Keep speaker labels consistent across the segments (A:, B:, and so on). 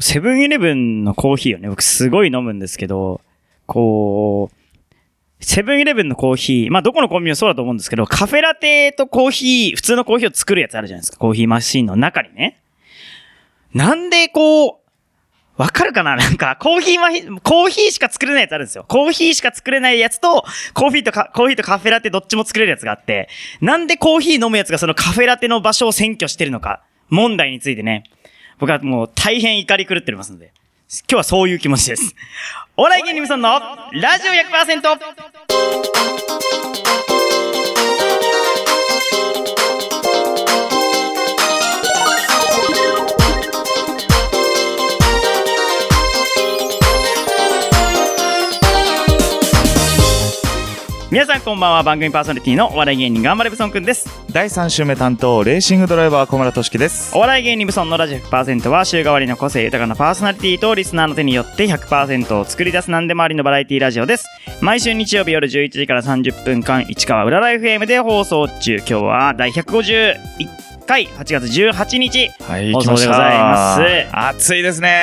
A: セブンイレブンのコーヒーをね、僕すごい飲むんですけど、こう、セブンイレブンのコーヒー、まあどこのコンビニもそうだと思うんですけど、カフェラテとコーヒー、普通のコーヒーを作るやつあるじゃないですか、コーヒーマシンの中にね。なんでこう、わかるかななんか、コーヒーマヒ、コーヒーしか作れないやつあるんですよ。コーヒーしか作れないやつと、コーヒーとか、コーヒーとカフェラテどっちも作れるやつがあって、なんでコーヒー飲むやつがそのカフェラテの場所を占拠してるのか、問題についてね、僕はもう大変怒り狂っておりますので、今日はそういう気持ちです。お笑い芸人無さんの、ラジオ 100%! 皆さんこんばんは、番組パーソナリティのお笑い芸人頑張れブソンくんです。
B: 第3週目担当レーシングドライバー小村俊樹です
A: お笑い芸人ブソンのラジオ100%は週替わりの個性豊かなパーソナリティとリスナーの手によって100%を作り出す何でもありのバラエティラジオです。毎週日曜日夜11時から30分間、市川裏ライフ m で放送中。今日は第151回、8月18日。
B: はい
A: 放送でございます
B: 暑いですね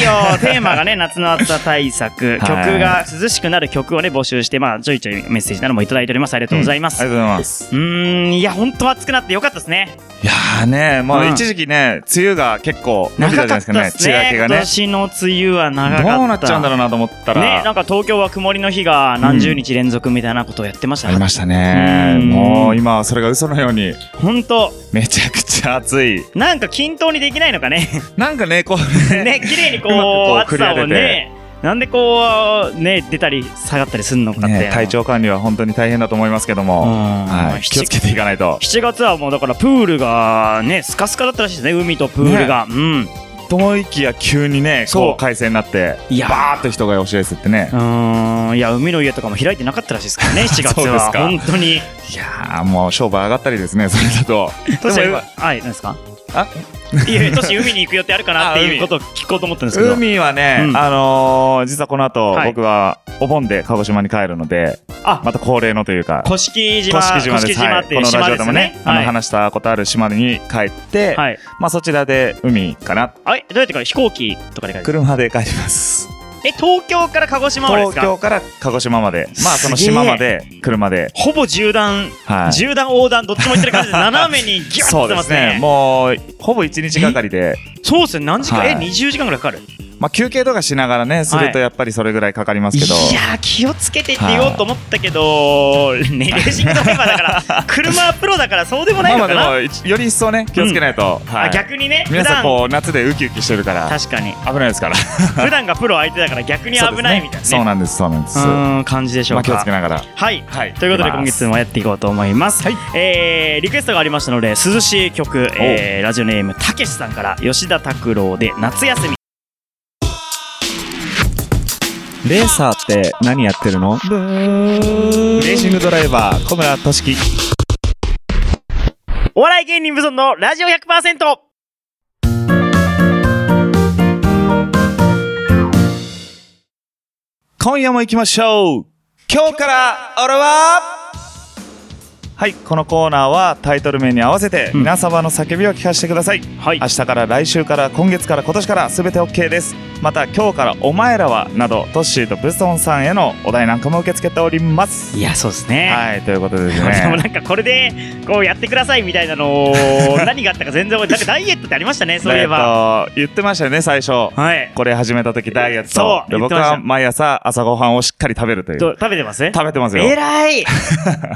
A: 暑いよテーマがね、夏の暑さ対 策、曲が涼しくなる曲をね、募集して、まあ、ちょいちょいメッセージなどもいただいております。ありがとうございま
B: あ
A: す。
B: りがとうございます
A: うーん、いや、ほんと暑くなってよかったですね。
B: いやーねもう
A: うん
B: 一時期ね、梅雨が結構伸びたじゃないですかね
A: 長ですね。
B: 梅雨明
A: 今
B: けがね
A: 年の梅雨は長かった。
B: どうなっちゃうんだろうなと思ったら、
A: ね、なんか東京は曇りの日が何十日連続みたいなことをやってました
B: ありま
A: ね。
B: したね
A: うん
B: もう今はそれが嘘のように
A: ほんと、
B: めちゃくちゃ暑い
A: なんか均等にできないのかね。
B: なんかねこう ね
A: ね、綺麗にこ
B: うまくこ
A: う、
B: う
A: 暑さを
B: 繰り上げ
A: ね
B: て、
A: なんでこう、ね、出たり下がったりするのかって。
B: ね体調管理は本当に大変だと思いますけど
A: う
B: も、
A: ん。
B: はい、気をつけていかないと
A: 7月はもうだからプールがねスカスカだったらしいですね海とプールが、うん
B: と思いきや急にね
A: そ
B: こ
A: う
B: う快晴になって
A: いやー
B: バーッと人が押し寄せてね
A: うーんいや海の家とかも開いてなかったらしいですから ね7月
B: そうです
A: は
B: か
A: 本当 に
B: いやーもう商売上がったりですねそ れだと
A: トシ
B: でも
A: はいなんですか
B: あ
A: いやトシ海に行く予定あるかなっていうことを聞こうと思ったんですけど
B: 海はね、
A: うん
B: あのー、実はこの後、
A: はい
B: 僕はお盆で鹿児島に帰るので
A: あ
B: また恒例のというか
A: 甑敷島
B: 甑敷島です
A: 島
B: は
A: っ
B: い
A: て
B: こ
A: いう
B: の
A: 島
B: ラジ
A: です
B: オで
A: よ
B: もね
A: ね、
B: あ
A: はい
B: の話したことある島に帰って、
A: はい
B: まあそちらで海かな
A: あれどうやって帰る飛行機とかで帰る
B: 車で帰ります
A: え東京から鹿児島までです
B: 東
A: か
B: 京から鹿児島までまあその
A: すげえ
B: 島まで車で
A: ほぼ縦断
B: はい
A: 縦断横断どっちも行ってる 感じで斜めにギュッと
B: そ
A: 行っ
B: う
A: て
B: で
A: ますす
B: ね
A: ね
B: もうほぼ1日がかりで、
A: そうですね何時間え
B: はい
A: 20時間ぐらいかかる
B: まあ、休憩とかしながらねするとやっぱりそれぐらいかかりますけど、
A: いやー気をつけてって言おうと思ったけど、ね、レーシングドライバーだ から車はプロだからそうでもない
B: まあま
A: の
B: あ
A: か
B: で
A: な、
B: もいより一層ね気をつけないと、は
A: あ
B: い、
A: 逆にね普
B: 皆さん
A: 段
B: こう夏でウキウキしてるから
A: 確かに
B: 危ないですから
A: 普段がプロ相手だから逆に 危ないみたいなね
B: そうなんですそうなんです
A: う
B: そうなんで
A: ーん感じでし
B: す
A: ょう
B: まあ気を
A: か
B: つけながら
A: はい、
B: はい
A: ということで今月もやっていこうと思います、
B: はい
A: えーリクエストがありましたので涼しい曲、えーラジオネームたけしさんから吉田拓郎で夏休み
B: レーサーって何やってるのレーシングドライバー小村俊樹
A: お笑い芸人無存のラジオ100%
B: 今夜も行きましょう今日から俺ははいこのコーナーはタイトル名に合わせて
A: うん
B: 皆様の叫びを聞かせてください、
A: はい
B: 明日から来週から今月から今年から全て OK ですまた今日からお前らはなどトッシーとブストンさんへのお題なんかも受け付けております
A: いやそうですね
B: はいということでです
A: で もな
B: ね
A: んかこれでこうやってくださいみたいな のを何があったか全然覚えてなんかダイエットってありましたねそういえば
B: えっと言ってましたよね最初
A: はい
B: これ始めた時ダイエット
A: そう
B: で
A: 言って
B: 僕
A: ました
B: は毎朝朝ごはんをしっかり食べるという
A: ど食べてます
B: 食べてますよ
A: えら い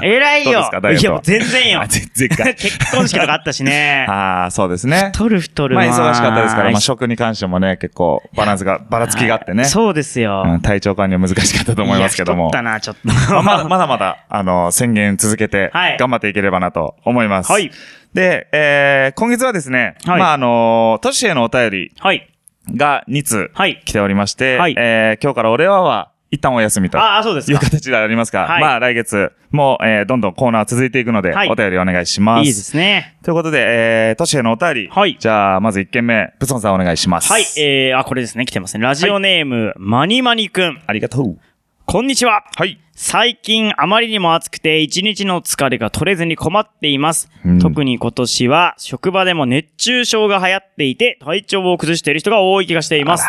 A: えらい
B: どう
A: よ
B: ですかダイエッ
A: い
B: ト
A: やもう全然よ
B: あ全然か い
A: 結婚式とかあったし ね
B: ああそうですね
A: 太る太る
B: まあ忙しかったですから、
A: ョ
B: まあ、
A: ッ
B: 食に関してもね結構バランスがばらつきがあってね、
A: そうですよ、
B: うん体調管理は難しかったと思いますけども
A: いや太ったなちょっと
B: まあまだまだまだ、あの、宣言続けて、
A: はい
B: 頑張っていければなと思います。
A: はい。
B: で、えー、今月はですね、
A: はい
B: まあ、あの、都市へのお便り
A: はい
B: が2通
A: はい
B: 来ておりまして、
A: はい
B: えー、今日から俺はは、一旦お休みと。
A: ああそうです
B: いう
A: か
B: 形でありますが、
A: はい
B: まあ来月も、えー、どんどんコーナー続いていくので、
A: はい
B: お便りお願いします。
A: いいですね
B: ということで、えー、都市へのお便り。
A: はい
B: じゃあ、まず1件目、ブソンさんお願いします。
A: はいえー、あこれですね来てますねラジオネーム、マニマニくん
B: ありがとう。
A: こんにちは。
B: はい。
A: 最近あまりにも暑くて一日の疲れが取れずに困っています。
B: うん
A: 特に今年は職場でも熱中症が流行っていて体調を崩している人が多い気がしています。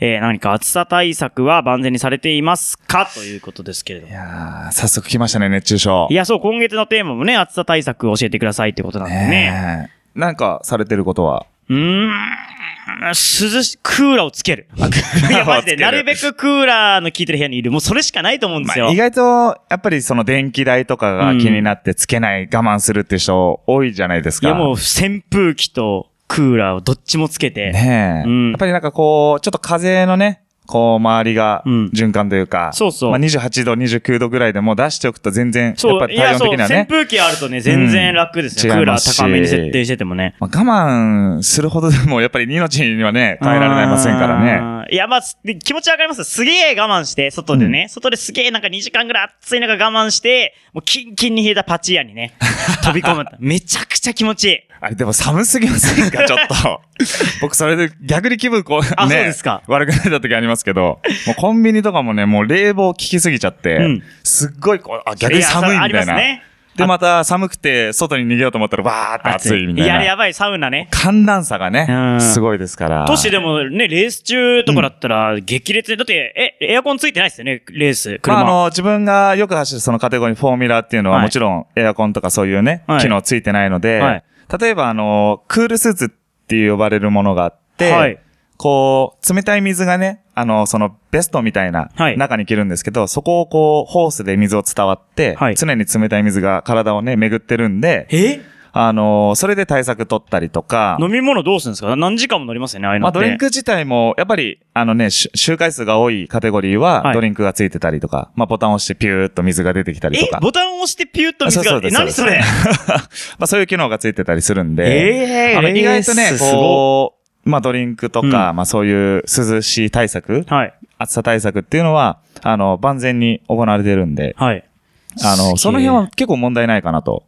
A: えー、何か暑さ対策は万全にされていますかということですけれど
B: い
A: も。
B: やー早速来ましたね、熱中症。
A: いや、そう、今月のテーマもね、暑さ対策を教えてくださいってことなんでね。
B: ねえなんかされてることは
A: うーん、涼し、クーラーをつけ る。いや、マジで、なるべくクーラーの効いてる部屋にいる。もうそれしかないと思うんですよ。
B: まあ意外と、やっぱりその電気代とかが気になってつけない、我慢するって人多いじゃないです
A: い
B: か。
A: や、もう扇風機とクーラーをどっちもつけて。
B: ねえ、
A: うん
B: やっぱりなんかこう、ちょっと風のね、こう、周りが
A: うん
B: 循環というか、
A: そうそう
B: まあ、28度、29度ぐらいでもう出しておくと全然、や
A: そ
B: っ
A: う、
B: ぱり
A: いや、
B: 体
A: そう、
B: 温的には
A: 扇
B: ね。
A: 風機あるとね、全然楽ですね。
B: うん
A: クー
B: 違い
A: ラ
B: ま
A: ー
B: すし
A: 高めに設定しててもね。
B: まあ、我慢するほどでもやっぱり命にはね、変えられないませんからね。
A: ね。いや、まあ、す気持ちわかります。すげえ我慢して、外でね、外ですげえなんか2時間ぐらい暑い中我慢して、もうキンキンに冷えたパチ屋にね、飛び込 む。めちゃくちゃ気持ちいい。
B: あれでも寒すぎません か、ちょっと。僕それで逆に気分こう、ね、
A: あそうですか
B: 悪くなった時ありますけど、もうコンビニとかもね、もう冷房効きすぎちゃって、
A: うん
B: すっごいこう、あ、逆に寒
A: や
B: い
A: そうあ
B: み
A: り
B: た
A: ま
B: い
A: す
B: な。
A: ね。
B: で、また寒くて、外に逃げようと思ったら、わーって暑いみたい
A: や
B: な。
A: やばい、サウナね。
B: 寒暖差が
A: う
B: ね
A: ん、
B: すごいですから。
A: 都市でもね、レース中とかだったら激烈で、だって、え、エアコンついてないっすよね、レース、車。
B: まあ、あの、自分がよく走るそのカテゴリーフォーミュラーっていうのは、
A: はい
B: もちろんエアコンとかそういうね、
A: はい
B: 機能ついてないので、
A: はい
B: 例えばあの、クールスーツって呼ばれるものがあって、
A: はい
B: こう、冷たい水がね、あの、そのベストみたいな
A: はい
B: 中に着るんですけど、そこをこう、ホースで水を伝わって、
A: はい
B: 常に冷たい水が体をね、巡ってるんで、
A: え
B: あの、それで対策取ったりとか、
A: 飲み物どうするんですか何時間も乗りますよね、ああいうの
B: まあ
A: って。
B: ドリンク自体も、やっぱり、あのね、し周回数が多いカテゴリー
A: は
B: は、
A: い
B: ドリンクがついてたりとか、まあボタンを押してピューっと水が出てきたりと
A: え
B: か、
A: ボタンを押してピューッと水
B: あそ
A: が
B: う。そ
A: え、
B: うで
A: 何
B: す
A: それ
B: まあそういう機能がついてたりするんで、
A: ええ
B: あの意外とね、
A: すご
B: こう、まあドリンクとか、まあそういう涼しい対策
A: い、はい。
B: 暑さ対策っていうのは、あの、万全に行われてるんで、
A: はい。
B: あの、
A: す
B: そ
A: げ
B: の
A: え
B: 辺は結構問題ないかなと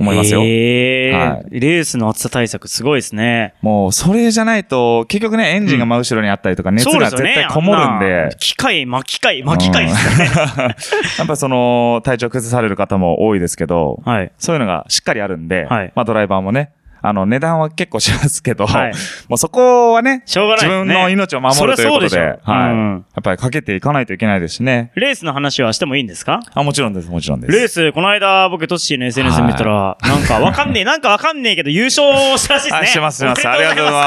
B: 思いますよ。
A: ええ
B: は
A: レースの暑さ対策すごいですね。
B: もう、それじゃないと、結局ね、エンジンが真後ろにあったりとか、熱
A: そうで
B: が
A: すよ
B: 絶
A: ね
B: 対こもるん
A: あ
B: で
A: な、機械、巻き械、巻き械ですよね。
B: やっぱその、体調崩される方も多いですけど、
A: はい。
B: そういうのがしっかりあるんで、
A: はい
B: まあドライバーもね、あの、値段は結構しますけど、
A: はい
B: もうそこはね、
A: しょうがない
B: 自
A: ですね
B: 分の命を守る
A: そ
B: とい
A: りゃ
B: うこ
A: そう
B: と
A: でし
B: で、
A: ょ
B: はい、
A: うん
B: やっぱりかけていかないといけないですしね。
A: レースの話はしてもいいんですか
B: あ、もちろんです、もちろんです。
A: レース、この間僕、トッシーの SNS 見たら、なんかわか んねえ、なんかわかんねえけど優勝したらしいです
B: あ、
A: ね。
B: してます、してます。
A: お
B: あ
A: め
B: り
A: で
B: がとうござい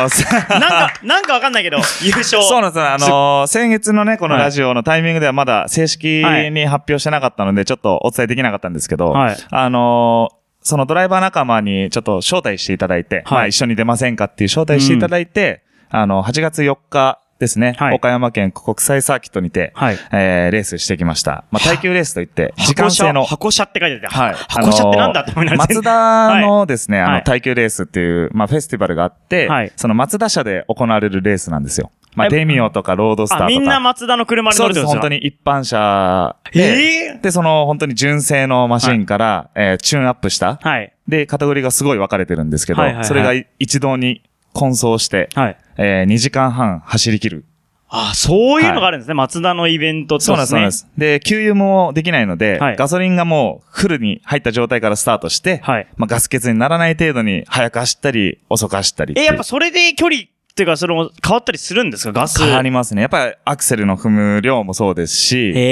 B: ます。
A: ます。 なんか、なんかわかんないけど、優勝。
B: そうなんですよ。あのー先月のね、このラジオのタイミングではまだ正式に発表してなかったので、ちょっとお伝えできなかったんですけど、
A: はい
B: あのーそのドライバー仲間にちょっと招待していただいて、
A: はい
B: まあ一緒に出ませんかっていう招待していただいて、あの、8月4日ですね、
A: はい
B: 岡山県国際サーキットにて、
A: はい
B: えーレースしてきました。まあ耐久レースといって、時間制の。
A: 箱車箱車って書いてあって、
B: はい。
A: 箱車ってなんだって思いながら
B: あのー松田のですね、あ
A: は
B: の、
A: い
B: 耐久レースっていう、まあ、フェスティバルがあって、
A: はい
B: その松田社で行われるレースなんですよ。まあ、
A: え
B: デミオとかロードスターとか。
A: あ、みんな松田の車に
B: そ
A: 乗
B: う
A: る
B: です、
A: ん
B: 本当
A: に。
B: に一般車で、
A: ええ
B: で、その、本当に純正のマシンから、えーチューンアップした。
A: はい。
B: で、カテゴリーがすごい分かれてるんですけど、
A: はいはいはい
B: それが一堂に混走して、
A: はい。
B: え2時間半走り切る。
A: あ、そういうのがあるんですね。松田のイベントって
B: そう
A: こ
B: な
A: と
B: んです、そうなんです
A: ね。。
B: で、給油もできないので、
A: はい
B: ガソリンがもうフルに入った状態からスタートして、
A: はい
B: まあ、ガス欠にならない程度に早く走ったり、遅く走ったりって
A: え、
B: いう。
A: やっぱそれで距離っていうか、それも変わったりするんですかガス。
B: 変わりますね。やっぱりアクセルの踏む量もそうですし、
A: え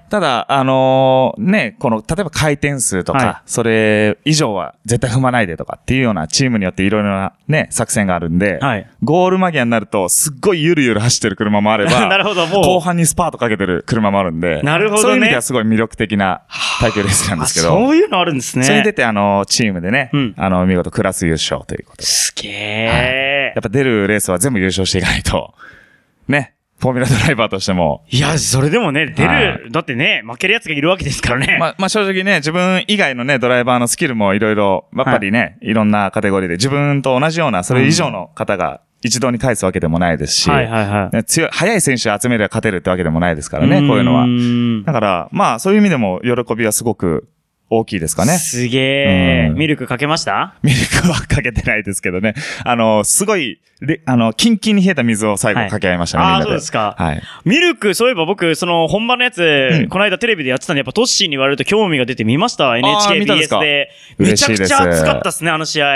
A: え
B: ただ、あのーね、この、例えば回転数とか、
A: は
B: それ以上は絶対踏まないでとかっていうようなチームによっていろいろなね、作戦があるんで、
A: はい
B: ゴール間際になると、すっごいゆるゆる走ってる車もあれ ば、
A: なるほどもう
B: 後半にスパートかけてる車もあるんで、
A: なるほどね
B: そういう意味ではすごい魅力的な耐久レースなん
A: あ、
B: ですけど、
A: そういうのあるんですね。
B: それに出て、あのーチームでね、
A: うん
B: あのー見事クラス優勝ということで。
A: すげえ、
B: やっぱ出るレースは全部優勝していかないと、ね、フォーミュラドライバーとしても、
A: いや、それでもね、出
B: は
A: る、だってね、負ける奴がいるわけですからね。
B: まあ、まあ正直ね、自分以外のね、ドライバーのスキルもいろいろ、やっぱりね、い、ろんなカテゴリーで、自分と同じような、それ以上の方が一堂に返すわけでもないですし、
A: はいはいはい。
B: ね強い、速い選手を集めれば勝てるってわけでもないですからね、こういうのは。
A: ん
B: だから、まあ、そういう意味でも喜びはすごく大きいですかね。
A: すげえ。
B: うん
A: ミルクかけました
B: ミルクはかけてないですけどね。あの、すごい、れあの、キンキンに冷えた水を最後
A: はい
B: かけ合いましたね、
A: ああ、
B: みん
A: そう
B: な
A: で
B: で。
A: すか。
B: はい。
A: ミルク、そういえば僕、その本場のやつ、
B: ん
A: この間テレビでやってたんで、やっぱトッシーに言われると興味が出て見ました。
B: 見たんですか
A: NHKBS で。めちゃ
B: 嬉しい
A: く
B: です
A: ちゃ熱かったっすね、あの試合。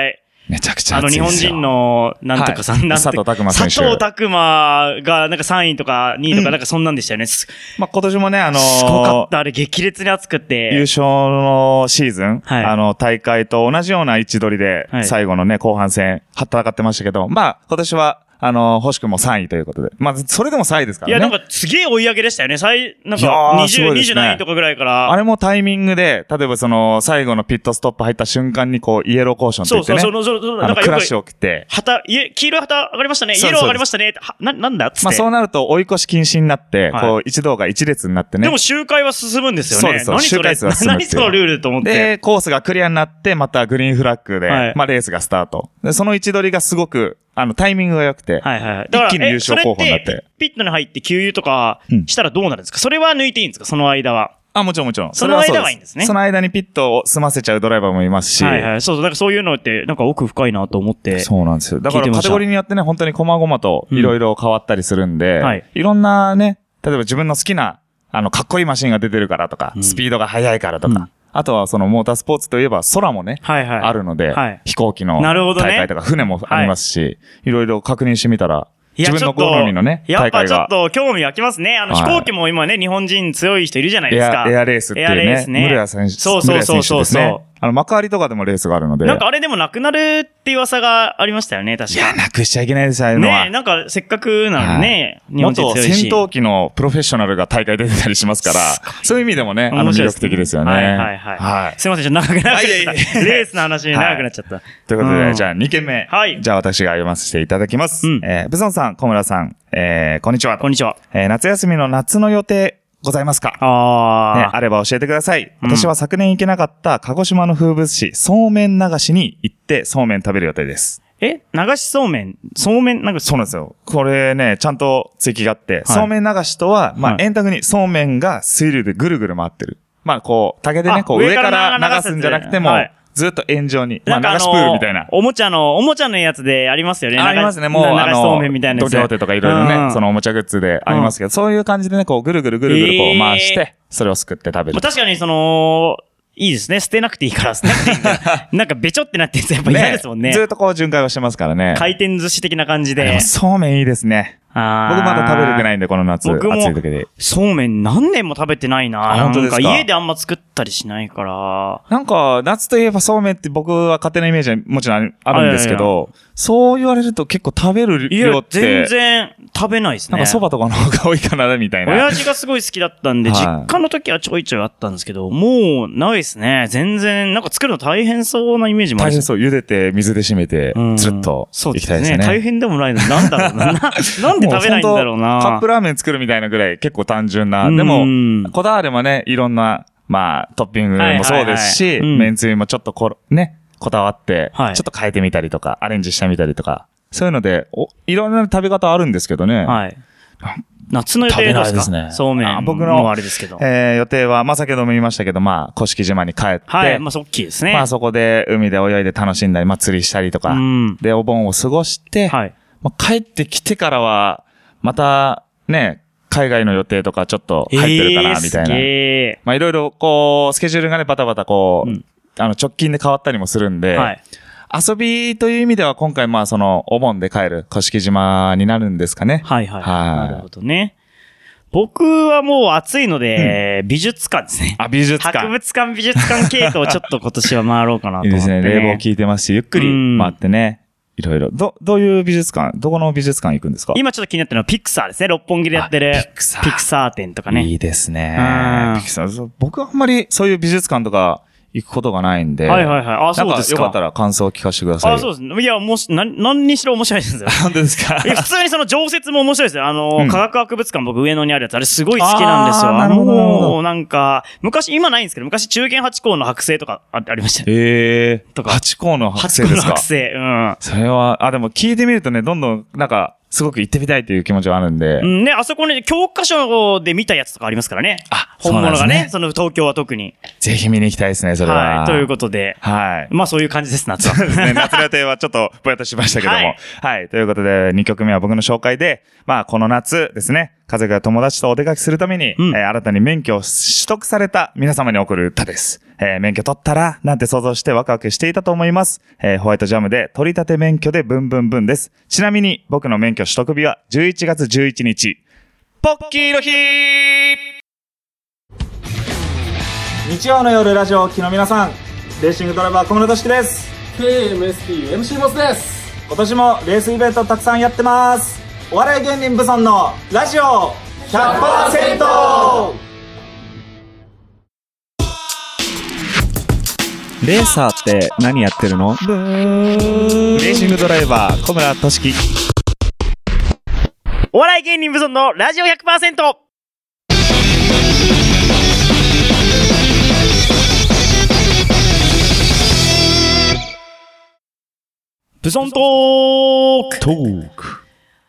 B: めちゃくちゃ
A: あの
B: 暑い
A: 日
B: で
A: 本
B: すよ
A: 人の、なんとかさん、
B: はい
A: なんとか
B: 佐藤拓磨選手
A: 佐藤拓磨が、なんか3位とか2位とか、なんかそんなんでしたよね。す
B: まあ、今年もね、あのー
A: すごかった。あれ、激烈に熱くって。
B: 優勝のシーズン、
A: はい
B: あの、大会と同じような位置取りで
A: は、い
B: 最後のね、後半戦、はったかってましたけど、まあ、今年は、あのー、星君も3位ということで。まあ、それでも3位ですか
A: い
B: ら
A: や、
B: ね。
A: なんかすげえ追い上げでしたよね。最、なん
B: いや
A: か
B: ーす
A: 20、
B: ごいですね
A: 27位とかぐらいから。
B: あれもタイミングで、例えばその、最後のピットストップ入った瞬間に、こう、イエローコーションって
A: そ
B: 言
A: う
B: って
A: そ
B: ね
A: う、、その、そのその、な
B: あ
A: ん
B: の、
A: か
B: クラッシュ
A: よ
B: を切って
A: く、、旗、いえ黄色い旗上がりましたね。イ
B: そうで
A: エロ
B: す
A: ー上がりましたね。はな、なんだっつって。
B: まあそうなると追い越し禁止になって、
A: はい
B: こう一同が一列になってね。
A: でも集会は進むんですよね。
B: そうですそう
A: 何
B: です
A: それ
B: 周回数は進むっ
A: 何
B: ていう
A: そのルールと思って。
B: で、コースがクリアになって、またグリーンフラッグで、
A: はい
B: まあレースがスタート。で、その位置取りがすごく、あの、タイミングが良くて、
A: はいはい。だから、
B: 一気に優勝候補になって
A: えそれピピットに入って給油とかしたらどうなるんですか、それは抜いていいんですかその間は。
B: あ、もちろんもちろん。
A: そ
B: れ
A: の
B: はう
A: 間はいいんですね
B: その間にピットを済ませちゃうドライバーもいますし、
A: はいはい。そうそう。なんかそういうのって、なんか奥深いなと思って。
B: そうなんですよ。だか
A: 聞いて
B: ら
A: ま
B: カ
A: し
B: テ
A: た
B: ゴリーによってね、本当に細々といろいろ変わったりするんで、
A: うんはい
B: いろんなね、例えば自分の好きな、あの、かっこいいマシンが出てるからとか、
A: うん
B: スピードが速いからと
A: う
B: か、
A: ん
B: あとはそのモータースポーツといえば空もね、
A: はいはい。
B: あるので、
A: はい
B: 飛行機の
A: なるほ
B: 大
A: どね
B: 会とか船もありますし、い、ろいろ確認してみたら、
A: いや
B: 自分の好みのね、
A: ちょっ
B: 大
A: とやっぱ
B: 会
A: ちょっ
B: が。
A: と興味湧きますね。あの
B: は
A: 飛
B: い
A: 行機も今ね、日本人強い人いるじゃないで
B: エ
A: す
B: ア
A: か。
B: エアレースってい
A: エアレー
B: う
A: ス
B: ね、
A: ね
B: ムルヤ選手
A: そうそうそうそう
B: ムルヤ選手ですねあの、幕張とかでもレースがあるので。
A: なんかあれでもなくなるって噂がありましたよね、確
B: いや、
A: か。
B: なくしちゃいけないですよ、ああいうのは。
A: ねえ、なんかせっかくなのにね、日本
B: 元
A: 人強い
B: 戦
A: し。
B: 闘機のプロフェッショナルが大会出てたりしますから、そういう意味でもね、あ
A: 面
B: の魅
A: 白い
B: 力的ですよね。
A: はいはいはい。
B: はい
A: すいません、ちょっと長くなっちゃ
B: あい
A: っ
B: えい
A: た。レースの話に長くなっちゃった。
B: ということで、
A: うん
B: じゃあ2件目。
A: はい
B: じゃあ私が読ませていただきます。
A: うん
B: えー、ブソンさん、小村さん、えー、こんにちは。
A: こんにちは。
B: えー、夏休みの夏の予定、ございますかね、
A: あ
B: あれば教えてください。
A: うん
B: 私は昨年行けなかった鹿児島の風物詩、そうめん流しに行ってそうめん食べる予定です。
A: ー。え流しそうめんそうめんなんか、
B: そうなんですよ。これね、ちゃんと追記があって、そうめん流しとは、まあ、
A: はい
B: 円卓にそうめんが水流でぐるぐる回ってる。まあ、こう、竹でね、
A: あ
B: こう上
A: 上
B: か
A: から
B: ら流
A: 流
B: す
A: す
B: んじゃなくても、
A: はい
B: ずっと円状に、まあ、
A: なんか
B: 流
A: あ
B: し
A: の
B: プールみたいな。
A: おもちゃの、おもちゃのやつでありますよね。
B: ありますね、もう、あ
A: 流しそう
B: の、
A: めんみたいな
B: ド
A: やつ。
B: キホーテとかいろいろね、
A: うん
B: そのおもちゃグッズでありますけど、そういう感じでね、こう、ぐるぐるぐるぐるこう回して、
A: え
B: それをすくって食べ
A: ま
B: る
A: あ、。確かにその、いいですね。捨てなくていいから、捨てなくていいん だなんかべちょってなってるやつやっぱ嫌ですもんね。
B: ずっとこう、巡回をしてますからね。
A: 回転寿司的な感じ
B: で
A: で
B: も。そうめんいいですね。
A: あー
B: 僕まだ食べれてないんで、この夏、暑
A: 僕も
B: い時で。
A: そうめん何年も食べてないな。
B: あ
A: なん
B: 本当ですか
A: か家であんま作ったりしないから。
B: なんか、夏といえばそうめんって僕は勝手なイメージはもちろんあるんです
A: い
B: け
A: やい
B: ど、そう言われると結構食べる
A: いや
B: 量っ、
A: 全
B: て、
A: 然食べないですね。
B: なんかそばとかの方が多いかな、みたいな。
A: 親父がすごい好きだったんで、
B: はい
A: 実家の時はちょいちょいあったんですけど、もうないですね。全然、なんか作るの大変そうなイメージもあ
B: 大
A: るし
B: 変そう、茹でて、水で締めて
A: う、ん
B: つるっと、
A: そう
B: い
A: で
B: きたい
A: す
B: です
A: ね。
B: ね。
A: 大変でもないの。なんだろう な。ななんで食べないんだろう
B: も
A: な。
B: 本当カップラーメン作るみたいなぐらい結構単純な。
A: うん
B: でも、こだわればね、いろんな、まあ、トッピングもそうです
A: はいは
B: し、
A: いはいうん
B: めんつゆもちょっとこ、ね、こだわって、ちょ
A: は
B: っ
A: い
B: と変えてみたりとか、アレンジしてみたりとか、そういうので、おいろんな食べ方あるんですけどね。
A: はい。夏の予定どうですか
B: 食べないですね
A: そうめ
B: あ
A: ん。
B: 僕
A: 僕
B: の
A: のあれですけど。
B: えー予定は、まあ、先ほども言いましたけど、まあ、甑島に帰って、
A: はい。まあ、そっきいですね。
B: まあ、そこで海で泳いで楽しんだり、まあ、釣りしたりとか、
A: うん。
B: で、お盆を過ごして、
A: はい。
B: まあ、帰ってきてからは、また、ね、海外の予定とかちょっと入ってるかな、みたいな。
A: え
B: まあ、いろいろ、こう、スケジュールがね、バタバタこう、
A: うん
B: あの、直近で変わったりもするん
A: ー
B: で、
A: はい。
B: 遊びという意味では今回、まあ、その、お盆で帰る、甑島になるんですかね。
A: はいはい。
B: はい
A: なるほどね。僕はもう暑いので、美術館ですね。
B: あ、美術
A: 博
B: 館。
A: 物館、美術館系統をちょっと今年は回ろうかなと
B: いい
A: 思
B: で
A: っ
B: す
A: て。
B: ね。冷房効いてますし、ゆっくり回ってね、いろいろ。ど、どういう美術館、どこの美術館行くんですか
A: 今ちょっと気になってるのはピクサーですね。六本木でやってる
B: あピクサー
A: ピクサー展とかね。
B: いいですね
A: うん。
B: ピクサーそう僕はあんまりそういう美術館とか行くことがないんで。
A: はいはいはい。あ、
B: な
A: そ
B: ん
A: う
B: か
A: です
B: よ
A: か。
B: かったら感想を聞かせてください。
A: あ、そうですね。いや、もし、な、何にしろ面白いです よ。
B: 本当ですか
A: いや普通にその常設も面白いですよ。あの、
B: うん
A: 科学博物館僕上野にあるやつ、あれすごい好きなんですよ。
B: あーなるほどなるほど
A: もうなんか、昔、今ないんですけど、昔中堅八校の剥製とかあありましたね。
B: ええ
A: とか
B: 八甲の剥
A: 八
B: 製
A: 校
B: で
A: の
B: すか
A: 剥製。うん。
B: それは、あ、でも聞いてみるとね、どんどん、なんか、すごく行ってみたいという気持ちはあるんで
A: う、ん、ね、あそこね、教科書で見たやつとかありますからね。
B: あ
A: 本物
B: そうな
A: が
B: んで
A: ね
B: す
A: その東京は特に。
B: ぜひ見に行きたいですね、それは。
A: はい。ということで。
B: はい。
A: まあそういう感じです、夏は。
B: そうですね。夏の予定はちょっとぼやっとしましたけども。は
A: はいい、
B: ということで、2曲目は僕の紹介で、まあ、この夏ですね、家族や友達とお出かけするために、
A: うん
B: えー新たに免許を取得された皆様に送る歌です。えー免許取ったら、なんて想像してワクワクしていたと思います。えーホワイトジャムで、取り立て免許でブンブンブンです。ちなみに、僕の免許取得日は11月11日。ポッキーの日日曜の夜ラジオを機の皆さん、レーシングドライバー小室俊樹です。
C: KMSPMC モスです
B: 今年もレースイベントたくさんやってますお笑い芸人ブソンのラジオ 100%! レーサーって何やってるのレーシングドライバー小村俊樹
A: お笑い芸人無存のラジオ 100%! ブソントーク
B: トーク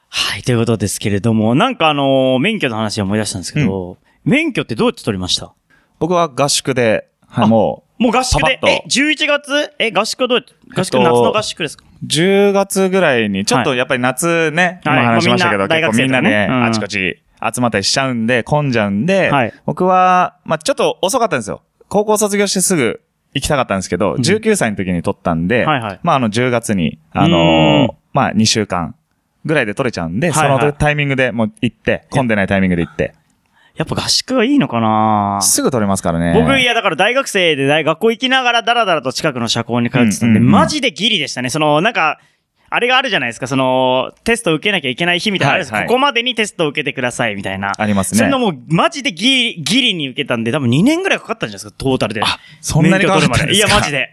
A: はい、ということですけれども、なんかあのー免許の話を思い出したんですけど、免許ってどうやって取りました
B: 僕は合宿で、はい、
A: あ
B: も
A: もう合宿で
B: パパッ
A: え、
B: と、
A: 11月え、合宿はどうやって、合宿、
B: えっと
A: 夏の合宿ですか
B: う10月ぐらいにちょっと
A: は
B: やっぱり夏ね、
A: はい
B: 今話しましたけど、
A: もうみんな
B: 結構みん
A: 大学生とか
B: なね、
A: ねうん
B: あちこち集まったりしちゃうんで混んじゃうんで、
A: はい
B: 僕は、まあ、ちょっと遅かったんですよ。高校卒業してすぐ行きたかったんですけど、
A: ん
B: 19歳の時に取ったんで、
A: はいはい
B: まあ、あの、10月に、あ
A: うーん
B: のーまあ、2週間ぐらいで取れちゃうんで、
A: はいはい
B: そのタイミングでもう行って、混んでないタイミングで行って、
A: やっぱ合宿はいいのかな
B: すぐ取れますからね。
A: 僕、いや、だから大学生で大学校行きながらダラダラと近くの社交に通ってたんで、
B: うんうんうん
A: マジでギリでしたね。その、なんか、あれがあるじゃないですか、その、テスト受けなきゃいけない日みたいなのあるんです、
B: はいはい
A: ここまでにテストを受けてください、みたいな。
B: あります
A: それ
B: ね。
A: のもう、マジでギリ、ギリに受けたんで、多分2年ぐらいかかったんじゃないですか、トータルで。
B: あ、そんなに変わったんで
A: い
B: す
A: や、
B: か
A: マジ。で。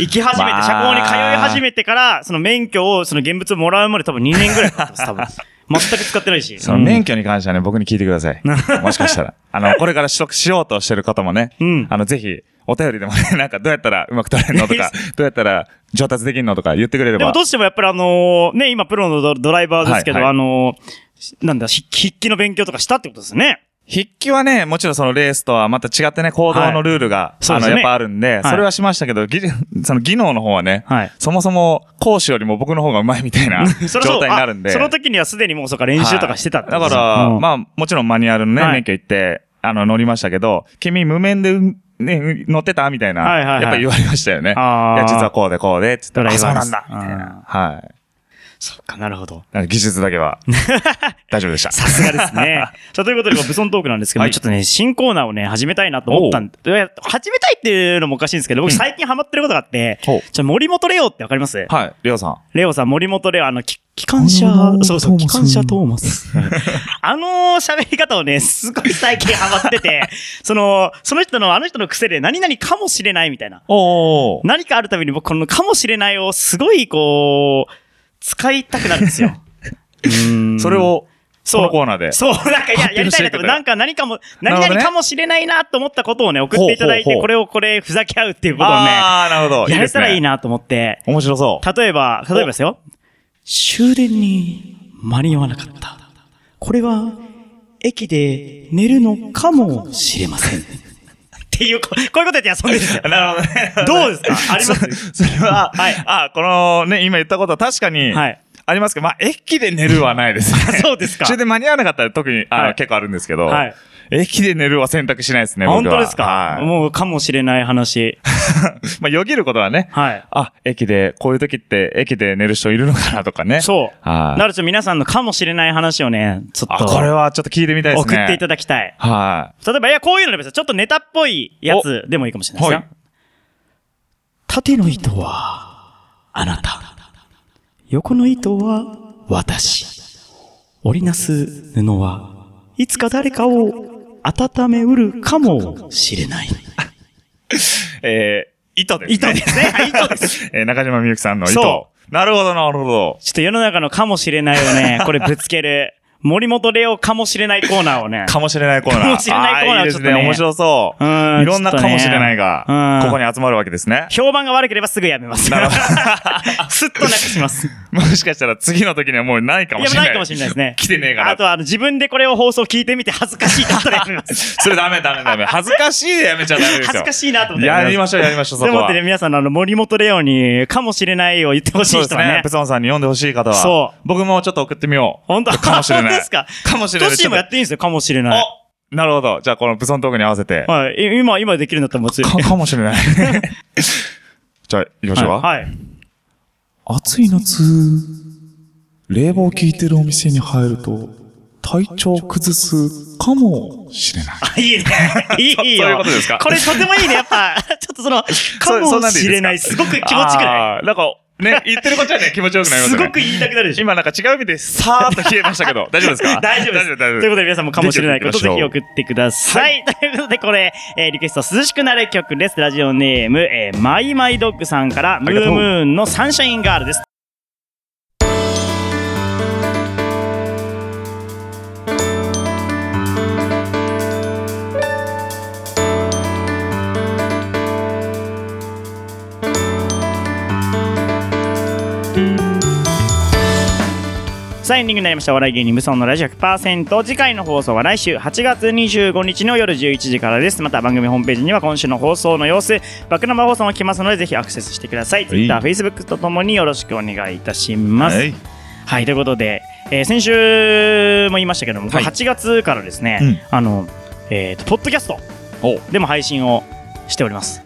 A: 行き始め
B: ま
A: て、
B: あ
A: 社交に通い始めてから、その免許を、その現物をもらうまで多分2年ぐらいかか ってます、多分。全く使ってないし。
B: その免許に関してはね、僕に聞いてく ださい。もしかしたら。あの、これから取得しようとしてる方もね、
A: うん
B: あの、ぜひ、お便りでもね、 なんかどうやったらうまく取れるの とか、どうやったら上達できるのとか言ってくれれ
A: でも
B: ば
A: ど。うしてもやっぱりあのーね、今プロのドドライバーですけど、
B: はいはい
A: あのーしなんだ、筆筆記の勉強とかしたってことですね。
B: 筆記はね、もちろんそのレースとはまた違ってね、行動のルールが、
A: いそ
B: あ
A: うで
B: の、
A: すね
B: やっぱあるんで、
A: い
B: それはしましたけど、技術その技能の方はね、
A: はい。
B: そもそも講師よりも僕の方が上手いみたいな
A: それは
B: 状
A: そう
B: 態になるんで。
A: あその時にはすでにもうそうか練習とかしてたって
B: だ
A: ことで
B: か
A: すね
B: ら、
A: うん
B: まあ、もちろんマニュアルのね、
A: はい
B: 免許行って、あの、乗りましたけど、君無免で、うんね、うん乗ってたみたいな、
A: はいはいはい
B: やっぱ言われましたよね。い
A: あー
B: や、実はこうでこうで、つって
A: ドライ
B: あ、そう
A: バーで
B: な
A: す
B: んだみたいな。はい。
A: そっか、なるほど。
B: なんか技術だ けは、大丈夫でした。
A: さすがですね。さあ、ということで、こうブソントークなんですけど、
B: はい
A: ちょっとね、新コーナーをね、始めたいなと思ったんで、いや始めたいっていうのもおかしいんですけど、僕
B: うん
A: 最近ハマってることがあって、
B: ほう
A: ちょ、森本レオってわかります
B: はい、りょうさん。
A: レオさん、森本レオ、あの、き機関車
B: あの、ー
A: そうそう、
B: トーマス
A: 機関車トーマス。あの喋り方をね、すごい最近ハマってて、 その、その人の、あの人の癖で何々かもしれないみたいな。
B: おお。
A: 何かあるたびに僕、このかもしれないをすごい、こう、使いたくなるんですよ。 うーん
B: それ、を、
A: そ
B: こ
A: う
B: のコーナーで。
A: そう、なんか、いや、やりたいなと思って、なんか何かも、
B: なるほ
A: 何
B: どね
A: 々かもしれないなと思ったことをね、送っていただい
B: ほ
A: て、
B: うほうほう
A: これをこれ、ふざけ合うっていうことをね、
B: ああ、なるほど。
A: やれたらいい
B: な。
A: なと思って、
B: 面白そう。
A: 例えば、例えばですよ。終電に間に合わなかった。これは、駅で寝るのかもしれません。っていう、ここういうことやって遊んでるんです よ。
B: なるほどね。
A: どうですか あります
B: それは、
A: はい
B: あ、このね、今言ったことは確かに、
A: はい
B: ありますけど、まあ、駅で寝るはないです
A: 。
B: ね
A: そうですか
B: 途中で間に合わなかったら特に、あの
A: はい
B: 結構あるんですけど、
A: はい
B: 駅で寝るは選択しないですね、僕は
A: 本当ですか
B: はい
A: もうかもしれない話。
B: まあ、よぎることはね、
A: はい。
B: あ、駅で、こういう時って、駅で寝る人いるのかなとかね。
A: そう。
B: はい
A: なると皆さんのかもしれない話をね、ちょっ
B: あ、これ
A: と、
B: はちょっと聞いてみたいです
A: 送
B: ね。
A: っていただきたい。
B: はい。
A: 例えば、いや、こういうのでもいいですよちょっとネタっぽいやつでもいいかもしれないですよ。縦の糸は、あなた。横の糸は、私。織りなす布は、いつか誰かを温めうるかもしれない。
B: えー、糸ですね。
A: 糸です ね。はい糸です。ちょ
B: えー中島みゆきさんの糸。
A: そ
B: なるほど、なるほど。
A: っと世の中のかもしれないをね、これぶつける。森本レオかもしれないコーナーをね。
B: かもしれないコーナー。
A: かもしれないコーナー
B: あいいですね。
A: ちょっとね
B: 面白そうう。
A: ん
B: いろんな
A: ちょっ
B: か
A: とね
B: もしれないが
A: う、ん
B: ここに集まるわけですね。
A: 評判が悪ければすぐやめます。
B: なるほど
A: す っとなくします。い
B: もしかしたら次の時にはもうないかも
A: や、
B: しれない。。
A: ないかもしれないですね
B: 来てねえか
A: あと
B: ら。
A: は、あの、自分でこれを放送聞いてみて恥ずかしいと思ったらやめます。
B: それダメダメダメ。恥ずかしいでやめちゃダメですよ。
A: 恥ずかしいなと思って
B: やりま
A: し
B: しょうやりましょう、そ
A: で
B: こ
A: もっ
B: は
A: て。ね、皆さんのあの、森本レオに、かもしれないを言ってほし
B: そう
A: い
B: です
A: 人はね
B: ね。。プソンさんに読んでほしい方は。。
A: そう
B: 僕もちょっと送ってみよう。
A: 本当
B: かもしれな
A: 本当
B: い。
A: ですか
B: かもしれ
A: ト
B: ない。
A: ッシーもやっていいんですよ、かもしれない。
B: おなるほど。じゃあこのプソントークに合わせて。
A: はい。い今、今できるんだったらもうつい
B: か、かもし れない。じゃあ、行きましょうか。
A: はい。はい
D: 暑い夏、冷房効いてるお店に入ると、体調崩すかもしれない。
A: あいいね。 いいよ。
B: そういうことですか
A: これとてもいいね。やっ ぱ、ちょっとその、か
B: そんな
A: も
B: んでいいですか
A: しれない。すごく気持ちよくない
B: あーなんか、ね、言ってるこっちはね、気持ちよくなります
A: す
B: よね。
A: ごく言いたくなるでしょ。
B: 今なんか違う意味でさーっと消えましたけど、大丈夫です か
A: 大丈夫です。
B: 大丈
A: とい
B: 夫、大丈
A: う
B: 夫。
A: ことで皆さんもかもしれないことぜひ送ってください。ということでこれ、えーリクエスト涼しくなる曲です。ラジオネーム、えーマイマイドッグさんから、ム
B: りがと
A: ー
B: う
A: ムーンのサンシャインガールです。さあエンディングになりましたお笑い芸人無双のラジオ100%次回の放送は来週8月25日の夜11時からですまた番組ホームページには今週の放送の様子バックナンバー放送も来ますのでぜひアクセスしてください TwitterFacebook とともによろしくお願いいたしますは、
B: はいい。
A: ということで、えー先週も言いましたけども、
B: はい
A: 8月からですね、
B: うん
A: あのえーとポッドキャスト
B: お
A: でも配信をしております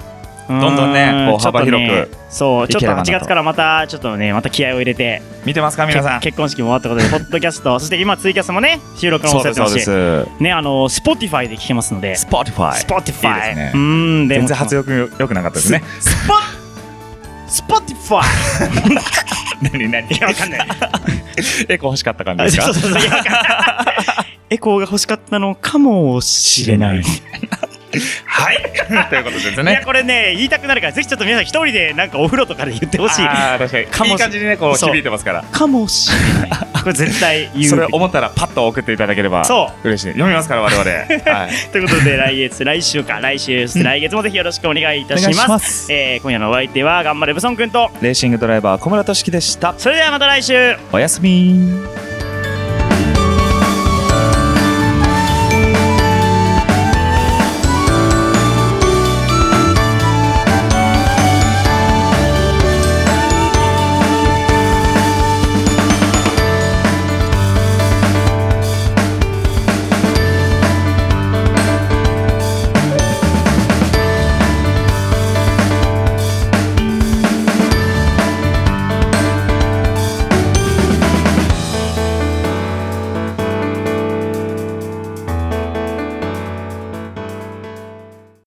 A: ど
B: んどんねこう幅広く
A: そうちょっ
B: いけれ
A: と
B: ばな
A: 8
B: と
A: 月からまたちょっとねまた気合を入れて
B: 見てますか皆さん。
A: け結婚式も終わったことで、ポッドキャス ト、そして今ツイキャスもね、収録の音
B: そう
A: 声や
B: で
A: っ
B: す、
A: てま
B: そう
A: す
B: で
A: し、
B: す。
A: ね、あの、Spotify で聞けますので、
B: Spotify。
A: Spotify。
B: いいですね
A: うーん、で
B: 全
A: も
B: 然発音よくなかったですね。
A: スポ Spotify!
B: 何何
A: いや、わかんない。
B: エコ欲しかった感じです
A: そ
B: か
A: うそうそういやわかんない エコーが欲しかったのかもしれない。い
B: はい。 ということですね。
A: や、これね、言いたくなるから、ぜひちょっと皆さん一人でなんかお風呂とかで言ってほしい。
B: あー確かに
A: かもし
B: いい感じにね、こう
A: そう
B: 響いてますから。
A: かもしれない。 これ絶対言う。
B: それ思ったらパッと送っていただければ
A: そう
B: 嬉しい。読みますから、我 々。はい。
A: ということで来 月来週か来週来月もぜひよろしくお願いいたし
B: お願い
A: ます
B: します
A: えー今夜のお相手は頑張れブソンくんと
B: レーシングドライバー小村俊樹でした。
A: それではまた来週
B: おやすみ。